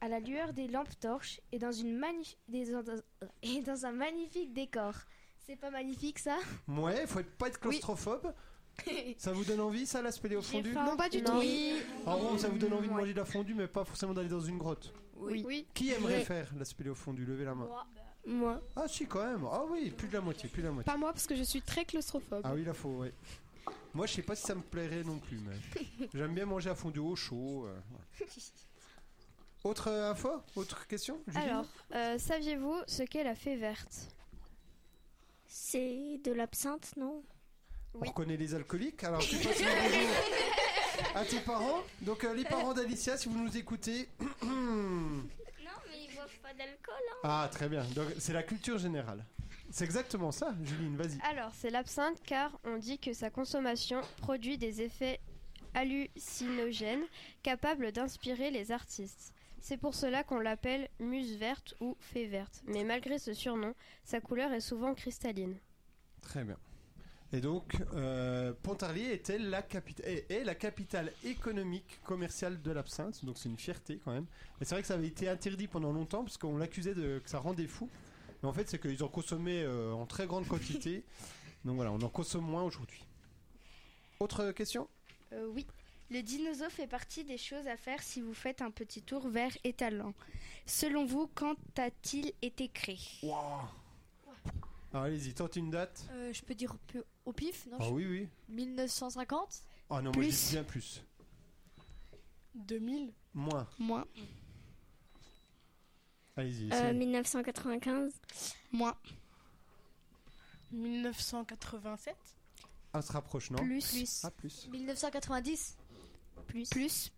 Speaker 16: À la lueur des lampes torches et dans, une magnif- des- dans- et dans un magnifique décor. C'est pas magnifique ça
Speaker 1: Ouais, faut être- pas être claustrophobe. Ça vous donne envie, ça, la spéléo
Speaker 16: J'ai
Speaker 1: fondue
Speaker 16: faim. Non, pas du Non. tout. Oui.
Speaker 1: En gros, ça vous donne envie de manger de la fondue, mais pas forcément d'aller dans une grotte.
Speaker 18: Oui. Oui.
Speaker 1: Qui aimerait
Speaker 18: Oui.
Speaker 1: faire la spéléo fondue Levez la main.
Speaker 18: Moi.
Speaker 1: Ah, si, quand même. Ah oui, plus de la moitié, plus de la moitié.
Speaker 10: Pas moi, parce que je suis très claustrophobe.
Speaker 1: Ah oui, la faux, ouais. Moi, je sais pas si ça me plairait non plus, mais j'aime bien manger à fondue au chaud. euh, ouais. Autre euh, info Autre question Julie
Speaker 15: Alors, euh, saviez-vous ce qu'est la fée verte
Speaker 8: C'est de l'absinthe, non
Speaker 1: On reconnaît les alcooliques. Alors, tu passes le bonjour à tes parents. Donc, euh, les parents d'Alicia, si vous nous écoutez.
Speaker 8: Non, mais ils boivent pas d'alcool.
Speaker 1: Ah, très bien. Donc, c'est la culture générale. C'est exactement ça, Juline, vas-y.
Speaker 14: Alors, c'est l'absinthe car on dit que sa consommation produit des effets hallucinogènes capables d'inspirer les artistes. C'est pour cela qu'on l'appelle muse verte ou fée verte. Mais malgré ce surnom, sa couleur est souvent cristalline.
Speaker 1: Très bien. Et donc, euh, Pontarlier était la capitale, est, est la capitale économique commerciale de l'absinthe, donc c'est une fierté quand même. Et c'est vrai que ça avait été interdit pendant longtemps parce qu'on l'accusait de que ça rendait fou. Mais en fait, c'est qu'ils en consommaient euh, en très grande quantité. donc voilà, on en consomme moins aujourd'hui. Autre question
Speaker 15: Euh, Oui. Le dinosaure fait partie des choses à faire si vous faites un petit tour vers Étalon. Selon vous, quand a-t-il été créé
Speaker 1: Waouh Alors Ah, allez-y, tente une date.
Speaker 17: Euh, Je peux dire au pi- au pif, non
Speaker 1: Ah
Speaker 17: je-
Speaker 1: oui, oui.
Speaker 17: 1950
Speaker 1: Oh non, moi je dis bien plus.
Speaker 17: 2000
Speaker 1: Moins.
Speaker 15: Moins.
Speaker 1: Allez-y.
Speaker 8: Euh,
Speaker 1: Cyril.
Speaker 8: 1995.
Speaker 15: Moins.
Speaker 17: 1987
Speaker 1: On Ah, se rapproche, non
Speaker 17: Plus. Plus.
Speaker 1: Ah, plus.
Speaker 17: 1990
Speaker 15: Plus.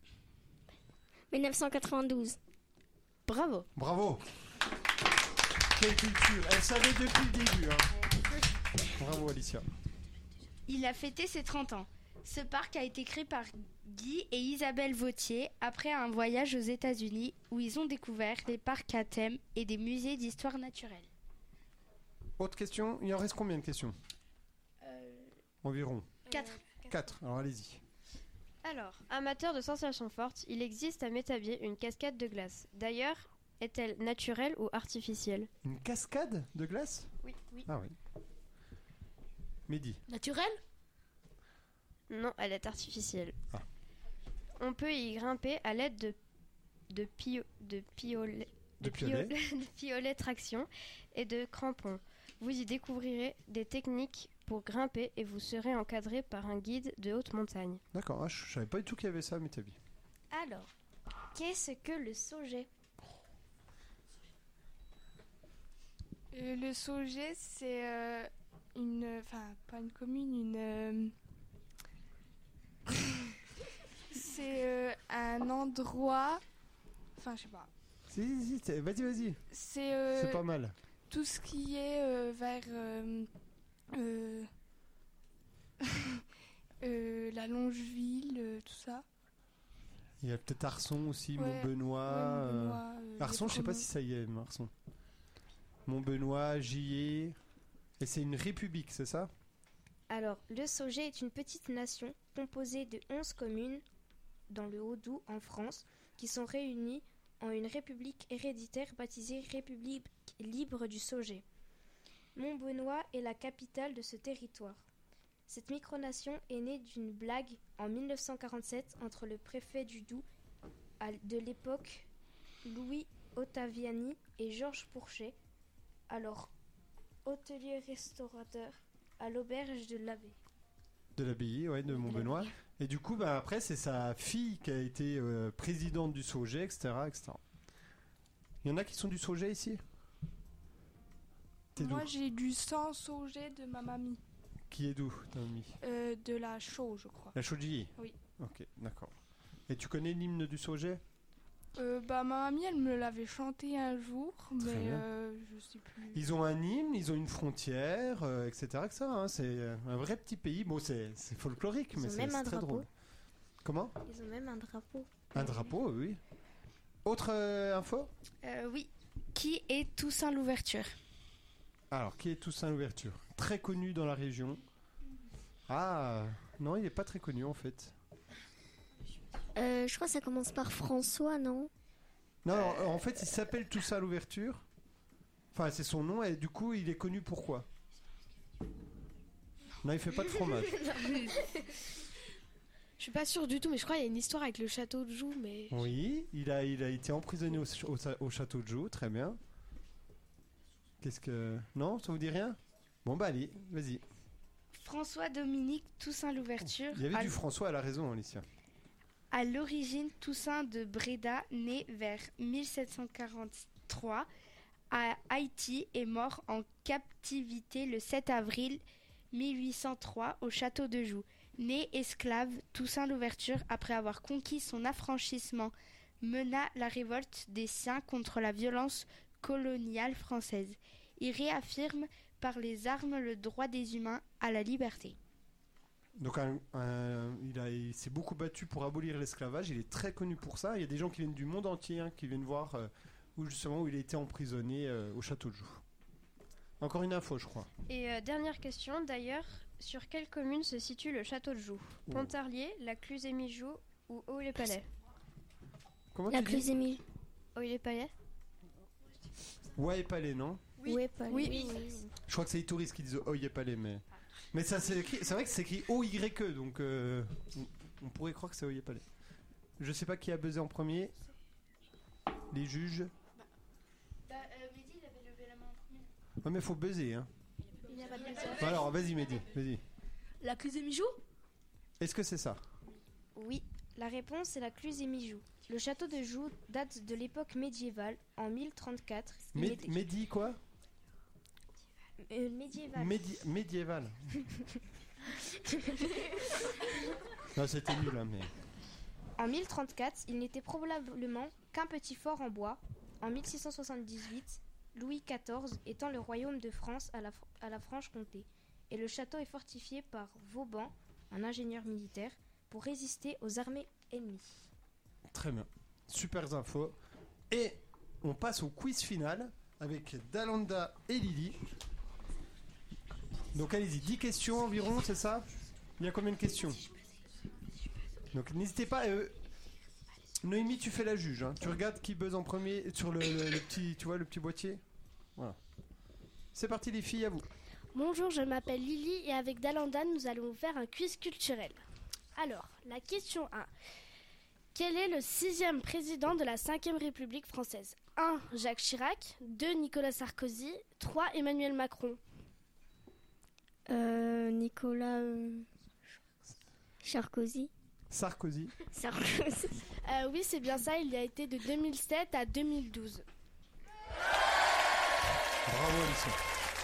Speaker 8: 1992.
Speaker 15: Bravo.
Speaker 1: Bravo Quelle culture Elle savait depuis le début. hein. Bravo Alicia.
Speaker 15: Il a fêté ses 30 ans. Ce parc a été créé par Guy et Isabelle Vautier après un voyage aux États-Unis où ils ont découvert des parcs à thème et des musées d'histoire naturelle.
Speaker 1: Autre question Il en reste combien de questions Environ.
Speaker 15: 4.
Speaker 1: 4. Alors allez-y.
Speaker 14: Alors,
Speaker 15: amateur de sensations fortes,
Speaker 14: il existe à Métabier une cascade de glace. D'ailleurs, est-elle naturelle ou artificielle
Speaker 1: Une cascade de glace
Speaker 14: Oui, oui.
Speaker 1: Ah oui. Mehdi.
Speaker 14: Naturelle Non, elle est artificielle.
Speaker 1: Ah.
Speaker 14: On peut y grimper à l'aide de de pio, de piole-
Speaker 1: De piolets.
Speaker 14: piole- de piolets traction et de crampons. Vous y découvrirez des techniques pour grimper et vous serez encadré par un guide de haute montagne.
Speaker 1: D'accord, ah, je je savais pas du tout qu'il y avait ça, mais t'as vu.
Speaker 16: Alors, qu'est-ce que le sauget
Speaker 7: Euh, le Sauget, c'est euh, une. Enfin, pas une commune, une. euh, c'est euh, un endroit. Enfin, je sais pas.
Speaker 1: Si, si, si, t'es- vas-y, vas-y.
Speaker 7: C'est. euh,
Speaker 1: C'est pas mal.
Speaker 7: Tout ce qui est euh, vers. euh, euh, euh, la Longeville, euh, tout ça.
Speaker 1: Il y a peut-être Arson aussi,
Speaker 7: Ouais,
Speaker 1: Mont-Benoît.
Speaker 7: ouais,
Speaker 1: euh,
Speaker 7: Mont-Benoît, euh,
Speaker 1: Arson,
Speaker 7: les
Speaker 1: je sais pas
Speaker 7: pronos.
Speaker 1: si ça y est, Arson. Mont-Benoît, Gillet. Et c'est une république, c'est ça
Speaker 16: Alors, le Sauget est une petite nation composée de 11 communes dans le Haut-Doubs en France qui sont réunies en une république héréditaire baptisée République libre du Sauget. Montbenoît est la capitale de ce territoire. Cette micronation est née d'une blague en 1947 entre le préfet du Doubs à- de l'époque, Louis Ottaviani, et Georges Pourchet, alors hôtelier-restaurateur à l'auberge de l'abbé.
Speaker 1: De l'abbaye, ouais, de Mont-Benoît. Et du coup, bah, après, c'est sa fille qui a été euh, présidente du Sauget, etc., etc. Il y en a qui sont du Sauget ici T'es d'où
Speaker 7: Moi, j'ai du sang Sauget de ma mamie.
Speaker 1: Qui est d'où, Naomi
Speaker 7: Euh, de la chaux, je crois.
Speaker 1: La Chaudilly
Speaker 7: Oui.
Speaker 1: Ok, d'accord. Et tu connais l'hymne du Sauget
Speaker 7: Euh, bah, ma mamie, elle me l'avait chanté un jour, mais
Speaker 1: bien.
Speaker 7: euh, je sais plus.
Speaker 1: Ils ont un hymne, ils ont une frontière, euh, etc. etc. hein. C'est un vrai petit pays. Bon, c'est c'est folklorique,
Speaker 16: Ils
Speaker 1: mais
Speaker 16: ont
Speaker 1: c'est
Speaker 16: même un
Speaker 1: c'est très
Speaker 16: drapeau.
Speaker 1: drôle. Comment
Speaker 16: Ils ont même un drapeau.
Speaker 1: Un drapeau, oui. Autre euh, info
Speaker 15: Euh, oui. Qui est Toussaint l'ouverture
Speaker 1: Alors, qui est Toussaint Louverture Très connu dans la région. Ah, non, il n'est pas très connu en fait.
Speaker 8: Euh, je crois que ça commence par François, non
Speaker 1: Non, alors, en fait, il s'appelle Toussaint Louverture. Enfin, c'est son nom et du coup, il est connu pourquoi Non, il fait pas de fromage.
Speaker 10: Je suis pas sûre du tout, mais je crois qu'il y a une histoire avec le château de Joux, mais.
Speaker 1: Oui, il a, il a été emprisonné au, ch- au sa- au château de Joux, très bien. Qu'est-ce que. Non, ça vous dit rien Bon, bah, allez, vas-y.
Speaker 15: François-Dominique Toussaint l'ouverture.
Speaker 1: Il y avait
Speaker 15: à-
Speaker 1: du François, elle a raison, hein, Alicia.
Speaker 15: À l'origine, Toussaint de Bréda, né vers 1743 à Haïti, est mort en captivité le 7 avril 1803 au château de Joux. Né esclave, Toussaint l'Ouverture, après avoir conquis son affranchissement, mena la révolte des siens contre la violence coloniale française. Il réaffirme par les armes le droit des humains à la liberté.
Speaker 1: Donc, un- un- il, a- il s'est beaucoup battu pour abolir l'esclavage. Il est très connu pour ça. Il y a des gens qui viennent du monde entier hein, qui viennent voir euh, où justement où il a été emprisonné euh, au château de Joux. Encore une info, je crois.
Speaker 14: Et euh, dernière question d'ailleurs, sur quelle commune se situe le château de Joux
Speaker 1: Oh.
Speaker 14: Pontarlier, la Cluse et Mijoux ou Haut-les-Palais
Speaker 1: Comment tu dis
Speaker 14: Cluse-et-Mijoux. Haut-les-Palais
Speaker 1: Ouais et Palais, non
Speaker 14: Oui.
Speaker 1: Je crois que c'est les touristes qui disent oh, Oye Palais, mais. Mais ça, c'est écrit- c'est vrai que c'est écrit O-Y-E, donc euh, on, on pourrait croire que c'est oh, Oye Palais. Je sais pas qui a buzzé en premier. Les juges.
Speaker 19: Bah, euh, il avait levé la main en premier.
Speaker 1: Ouais, mais faut buzzer, hein.
Speaker 19: Il n'y a pas de
Speaker 1: Bah alors, vas-y, Mehdi, vas-y.
Speaker 19: La crise des mijoux
Speaker 1: Est-ce que c'est ça
Speaker 16: Oui, la réponse est la Cluse et Mijoux. Le château de Joux date de l'époque médiévale, en 1034. Il
Speaker 1: Mé-
Speaker 16: était-
Speaker 1: Mehdi, quoi
Speaker 16: Euh, médiéval.
Speaker 1: Médi- médiéval. Non, c'était nul, hein, mais.
Speaker 16: En 1034, il n'était probablement qu'un petit fort en bois. En 1678, Louis XIV étend le royaume de France à la, Fr- à la Franche-Comté. Et le château est fortifié par Vauban, un ingénieur militaire, pour résister aux armées ennemies.
Speaker 1: Très bien. Super infos. Et on passe au quiz final avec Dalanda et Lily. Donc allez-y, 10 questions environ, c'est ça Il y a combien de questions Donc n'hésitez pas. euh, Noémie, tu fais la juge. hein. Tu regardes qui buzz en premier sur le, le- le petit, tu vois, le petit boîtier. Voilà. C'est parti les filles, à vous.
Speaker 9: Bonjour, je m'appelle Lily et avec Dalanda, nous allons vous faire un quiz culturel. Alors, la question 1. Quel est le sixième président de la Ve République française 1. Jacques Chirac 2. Nicolas Sarkozy 3. Emmanuel Macron
Speaker 8: Euh, Nicolas euh, Sarkozy.
Speaker 1: Sarkozy.
Speaker 8: Sarkozy.
Speaker 9: Euh, oui, c'est bien ça, il y a été de 2007 à 2012.
Speaker 1: Bravo Alison.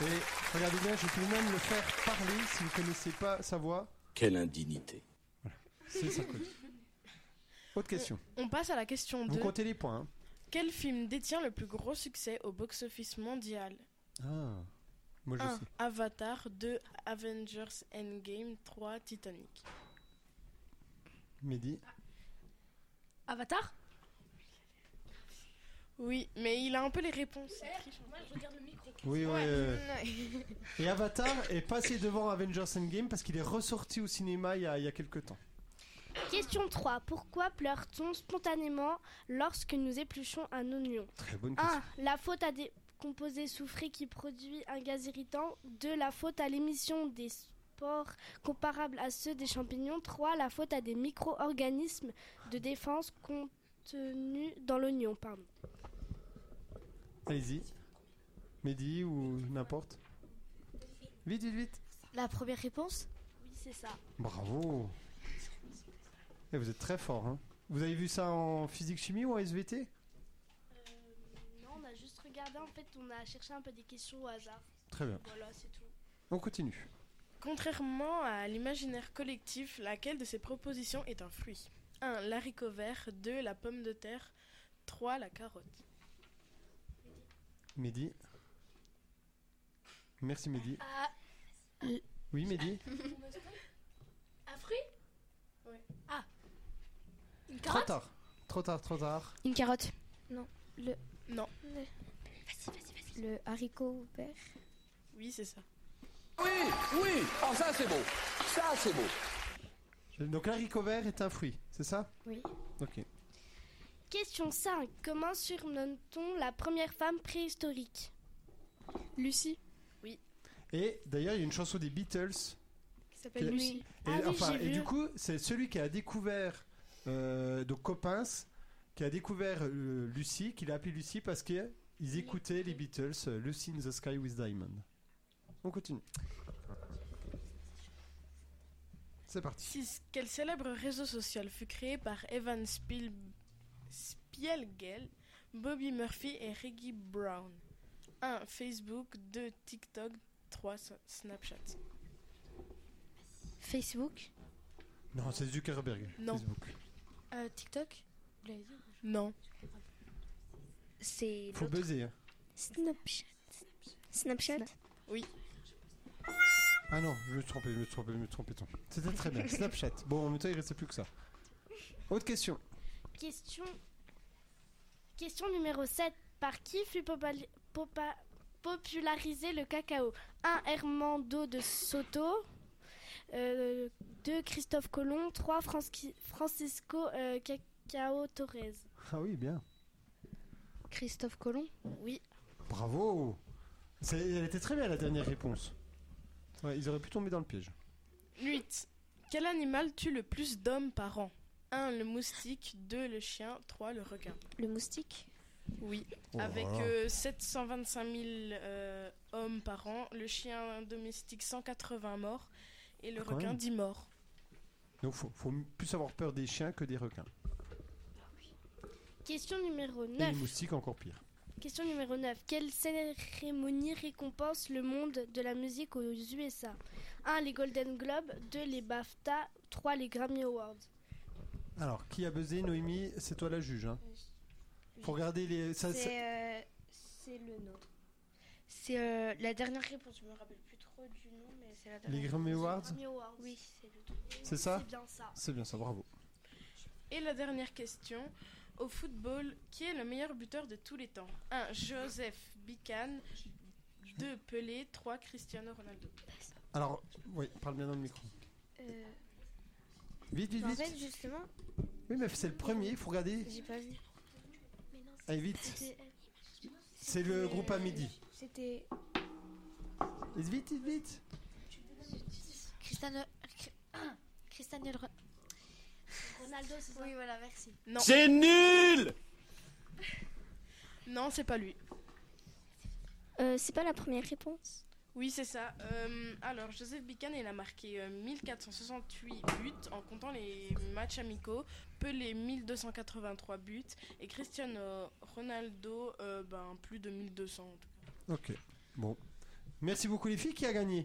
Speaker 1: Et regardez bien, je peux même le faire parler si vous connaissez pas sa voix.
Speaker 20: Quelle indignité.
Speaker 1: C'est Sarkozy. Autre question.
Speaker 21: Euh, On passe à la question
Speaker 1: Vous
Speaker 21: 2.
Speaker 1: comptez les points. hein.
Speaker 21: Quel film détient le plus gros succès au box-office mondial
Speaker 1: Ah. Moi je
Speaker 21: 1.
Speaker 1: sais.
Speaker 21: Avatar 2. Avengers Endgame 3. Titanic.
Speaker 1: Mehdi.
Speaker 21: Avatar Oui, mais il a un peu les réponses. Moi, je regarde le micro.
Speaker 1: Oui, euh, oui.
Speaker 21: Ouais.
Speaker 1: Et Avatar est passé devant Avengers Endgame parce qu'il est ressorti au cinéma il y a, il y a quelques temps.
Speaker 9: Question 3. Pourquoi pleure-t-on spontanément lorsque nous épluchons un oignon
Speaker 1: Très bonne question.
Speaker 9: 1. La faute à des composés soufrés qui produit un gaz irritant. 2. La faute à l'émission des spores comparables à ceux des champignons. 3. La faute à des micro-organismes de défense contenus dans l'oignon. Pardon.
Speaker 1: Allez-y. Mehdi ou n'importe. Vite, vite, vite.
Speaker 17: La première réponse
Speaker 9: Oui, c'est ça.
Speaker 1: Bravo. Et vous êtes très fort. Hein. Vous avez vu ça en physique-chimie ou en SVT
Speaker 9: Non, on a juste regardé. En fait, on a cherché un peu des questions au hasard.
Speaker 1: Très bien.
Speaker 9: Voilà, c'est tout.
Speaker 1: On continue.
Speaker 21: Contrairement à l'imaginaire collectif, laquelle de ces propositions est un fruit 1. L'haricot vert. 2. La pomme de terre. 3. La carotte.
Speaker 1: Mehdi. Merci Mehdi.
Speaker 17: Ah,
Speaker 1: Oui Mehdi.
Speaker 19: Un fruit Ah Une
Speaker 1: Trop
Speaker 19: carotte
Speaker 1: tard. Trop tard, trop tard.
Speaker 18: Une carotte.
Speaker 16: Non. Le.
Speaker 21: Non.
Speaker 16: Le haricot vert.
Speaker 21: Oui, c'est ça.
Speaker 20: Oui, oui, oh ça c'est beau, ça c'est beau.
Speaker 1: Donc l'haricot vert est un fruit, c'est ça
Speaker 9: Oui.
Speaker 1: Ok.
Speaker 9: Question 5. Comment surnomme-t-on la première femme préhistorique
Speaker 10: Lucie.
Speaker 1: Et d'ailleurs, il y a une chanson des Beatles.
Speaker 10: Qui
Speaker 1: qui-
Speaker 10: s'appelle Lucie.
Speaker 18: Ah
Speaker 1: Et, enfin, et du
Speaker 10: coup,
Speaker 1: coup, c'est celui qui a découvert, euh, donc Coppins, qui a découvert euh, Lucie, qu'il a appelé Lucie parce qu'ils écoutaient les Beatles, euh, Lucy in the Sky with Diamond. On continue. C'est parti.
Speaker 21: 6. Quel célèbre réseau social fut créé par Evan Spiel- Spielgel, Bobby Murphy et Reggie Brown 1. Facebook. 2. TikTok. 3. Snapchat.
Speaker 19: Facebook
Speaker 1: Non, c'est Zuckerberg.
Speaker 21: Non.
Speaker 1: Facebook.
Speaker 19: Euh, TikTok
Speaker 21: Non.
Speaker 19: C'est.
Speaker 1: Faut buzzer. hein.
Speaker 8: Snapchat. Snapchat.
Speaker 21: Oui.
Speaker 1: Ah non, je me suis trompé, je me suis trompé, je me suis trompé. tant pis. C'était très bien. Snapchat. Bon, en même temps, il restait plus que ça. Autre question.
Speaker 9: Question... Question numéro 7. Par qui fut popali- popa- popularisé le cacao 1. Hermando de Soto. 2. Christophe Colomb. 3. Francisco euh, Cacao Torres.
Speaker 1: Ah oui, bien.
Speaker 19: Christophe Colomb
Speaker 9: Oui.
Speaker 1: Bravo C'est- Elle était très bien la dernière réponse. Ouais, ils auraient pu tomber dans le piège.
Speaker 21: 8. Quel animal tue le plus d'hommes par an 1. Le moustique. 2. Le chien. 3. Le requin.
Speaker 16: Le moustique.
Speaker 21: Oui.
Speaker 16: Oh là
Speaker 21: Avec
Speaker 16: là.
Speaker 21: euh, 725 000 euh, hommes par an, le chien domestique 180 morts et le
Speaker 1: Ah, quand
Speaker 21: requin
Speaker 1: même.
Speaker 21: 10 morts.
Speaker 1: Donc faut, faut plus avoir peur des chiens que des requins.
Speaker 9: Question numéro
Speaker 1: Et les
Speaker 9: 9.
Speaker 1: moustiques encore pire.
Speaker 9: Question numéro 9. Quelle cérémonie récompense le monde de la musique aux USA 1. Les Golden Globes. 2. Les BAFTA. 3. Les Grammy Awards.
Speaker 1: Alors, qui a buzzé Noémie C'est toi la juge. Hein. Faut regarder les... ça- ça-
Speaker 17: euh,
Speaker 15: C'est le nôtre. C'est euh, la dernière réponse, je me rappelle plus trop du nom, mais c'est la dernière.
Speaker 1: Les Grammy Awards
Speaker 15: Oui, c'est le truc.
Speaker 1: euh, C'est ça C'est bien ça, bravo.
Speaker 21: Et la dernière question, au football, qui est le meilleur buteur de tous les temps 1. Joseph Bican, 2. Pelé, 3. Cristiano Ronaldo.
Speaker 15: Euh,
Speaker 1: Alors, oui, parle bien dans le micro. Vite, vite,
Speaker 6: En
Speaker 1: vite.
Speaker 6: fait, justement,
Speaker 1: Oui, mais c'est le premier, il faut regarder.
Speaker 16: J'ai pas vu.
Speaker 1: Allez, vite. C'est le groupe à midi.
Speaker 16: C'était.
Speaker 1: Vite, vite, vite.
Speaker 17: Cristiano... Cristiano Ronaldo, c'est ça Oui, voilà, merci.
Speaker 21: Non.
Speaker 22: C'est nul
Speaker 21: Non, c'est pas lui.
Speaker 8: Euh, c'est pas la première réponse.
Speaker 21: Oui, c'est ça. Euh, alors, Joseph Bican, il a marqué euh, 1468 buts en comptant les matchs amicaux, Pelé 1283 buts et Cristiano Ronaldo euh, ben, plus de 1200 en tout cas.
Speaker 1: Ok. Bon. Merci beaucoup, les filles. Qui a gagné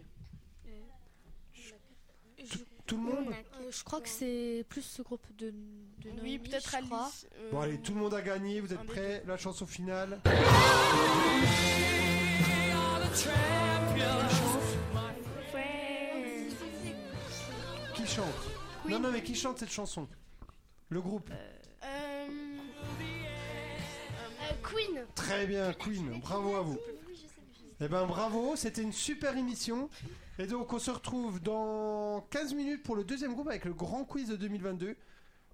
Speaker 1: Tout le monde
Speaker 17: Euh, je crois que c'est plus ce groupe de, de
Speaker 21: Oui,
Speaker 17: Noémie,
Speaker 21: peut-être
Speaker 17: je crois.
Speaker 21: Alice. euh,
Speaker 1: Bon, allez, tout le monde a gagné. Vous êtes prêts La chanson finale. Qui chante Non, non, mais qui chante cette chanson Le groupe.
Speaker 21: Euh,
Speaker 23: Queen.
Speaker 1: Très bien, Queen. Bravo à vous. Eh ben bravo, c'était une super émission. Et donc on se retrouve dans 15 minutes pour le deuxième groupe avec le grand quiz de 2022.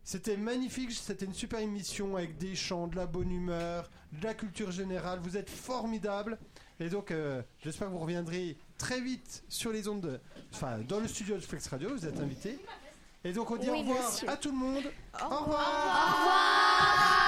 Speaker 1: C'était magnifique, c'était une super émission avec des chants, de la bonne humeur, de la culture générale. Vous êtes formidables. Et donc euh, j'espère que vous reviendrez très vite sur les ondes, de- enfin dans le studio de Flex Radio, vous êtes invités. Et donc on dit
Speaker 5: Oui,
Speaker 1: au revoir
Speaker 5: monsieur.
Speaker 1: à tout le monde. Au revoir.
Speaker 5: revoir.